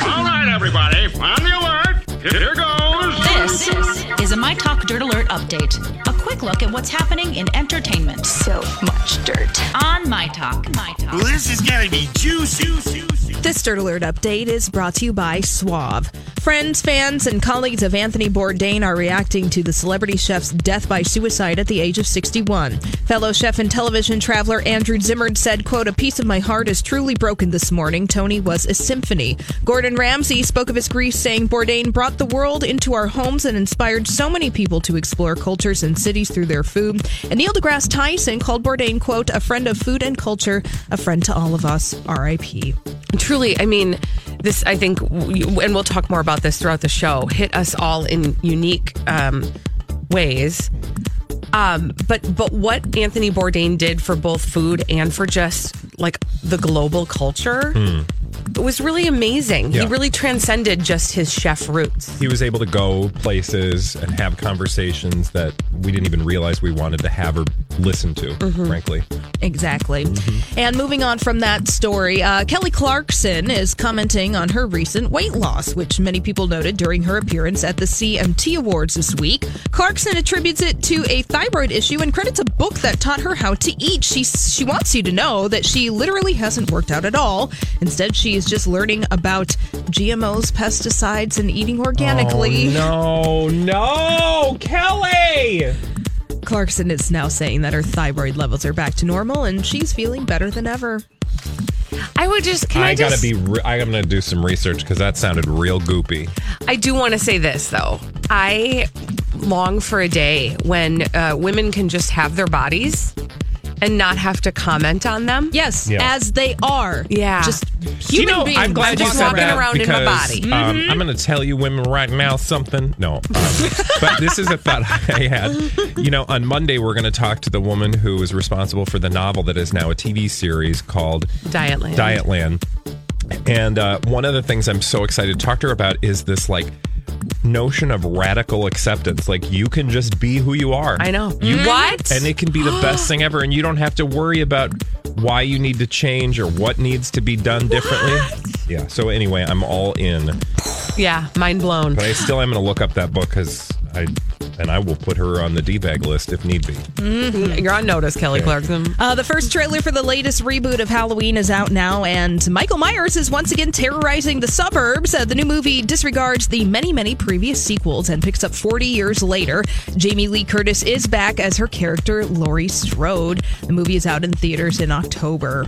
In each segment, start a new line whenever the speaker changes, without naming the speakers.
All right, everybody, on the alert. Here goes.
This is a My Talk Dirt Alert update. A quick look at what's happening in entertainment
so much dirt.
on My Talk. My Talk.
This is gonna be juicy.
This Dirt Alert update is brought to you by Suave. Friends, fans, and colleagues of Anthony Bourdain are reacting to the celebrity chef's death by suicide at the age of 61. Fellow chef and television traveler Andrew Zimmern said, quote, A piece of my heart is truly broken this morning. Tony was a symphony. Gordon Ramsay spoke of his grief, saying, Bourdain brought the world into our homes and inspired so many people to explore cultures and cities through their food. And Neil deGrasse Tyson called Bourdain, quote, a friend of food and culture, a friend to all of us, RIP.
truly, I mean, this, I think, w- and we'll talk more about this throughout the show, hit us all in unique um, ways. Um, but but what Anthony Bourdain did for both food and for just like the global culture was really amazing.
Hmm. Yeah.
He really transcended just his chef roots.
he was able to go places and have conversations that we didn't even realize we wanted to have or listen to,
Mm-hmm.
frankly.
Exactly.
Mm-hmm.
And moving on from that story, uh, Kelly Clarkson is commenting on her recent weight loss, which many people noted during her appearance at the CMT Awards this week. Clarkson attributes it to a thyroid issue and credits a book that taught her how to eat. She she wants you to know that she literally hasn't worked out at all. Instead, she is just learning about GMOs, pesticides, and eating organically.
Oh, no, no, Kelly!
Clarkson is now saying that her thyroid levels are back to normal and she's feeling better than ever.
I would just can I,
I, gotta
just,
be, re- I'm gonna do some research because that sounded real goopy.
I do want to say this though. I long for a day when uh, women can just have their bodies and not have to comment on them.
Yes,
Yeah.
as they are.
Yeah.
Just human
you know,
beings.
I'm glad
I'm
you
just
said
walking
that
around in
because
my body. Mm-hmm.
um, I'm going to tell you women right now something. No, um, but this is a thought I had. You know, on Monday we're going to talk to the woman who was responsible for the novel that is now a TV series called
Dietland.
Dietland. And uh, one of the things I'm so excited to talk to her about is this like notion of radical acceptance. Like you can just be who you are.
I know. You what?
Mm-hmm. And it can be the best thing ever. And you don't have to worry about why you need to change or what needs to be done differently. Yeah. So, anyway, I'm all in. But
yeah, mind blown.
I still am going to look up that book because I, and I will put her on the D bag list if need be.
Mm, You're on notice, Kelly Clarkson.
Uh, the first trailer for the latest reboot of Halloween is out now, and Michael Myers is once again terrorizing the suburbs. Uh, the new movie disregards the many, many previous sequels and picks up 40 years later. Jamie Lee Curtis is back as her character, Laurie Strode. The movie is out in theaters in October.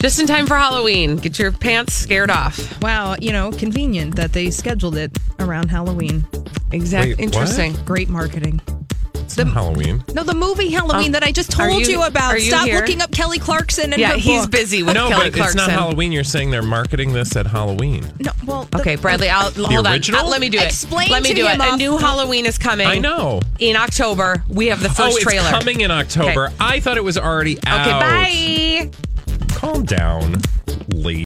Just in time for Halloween. Get your pants scared off.
Wow, you know, convenient that they scheduled it around Halloween.
Exactly.
Wait, what?
Interesting.
Great marketing.
It's not Halloween.
No, the movie Halloween
Oh.
that I just
Are
told you,
you-
about.
are you
Stop
here?
looking up Kelly Clarkson and
Yeah,
her
he's
book.
busy with
No,
Kelly
but it's
Clarkson.
not Halloween. You're saying they're marketing this at Halloween.
No, well, the-
Okay, Bradley, I'll, hold
original?
on. Uh, let me do it.
Explain
let me
to
do
him
it.
off
A new
the-
Halloween is coming.
I know.
In October, we have the first
oh, it's
trailer.
coming in October. I thought it was already out.
Okay, bye.
Calm down, lady.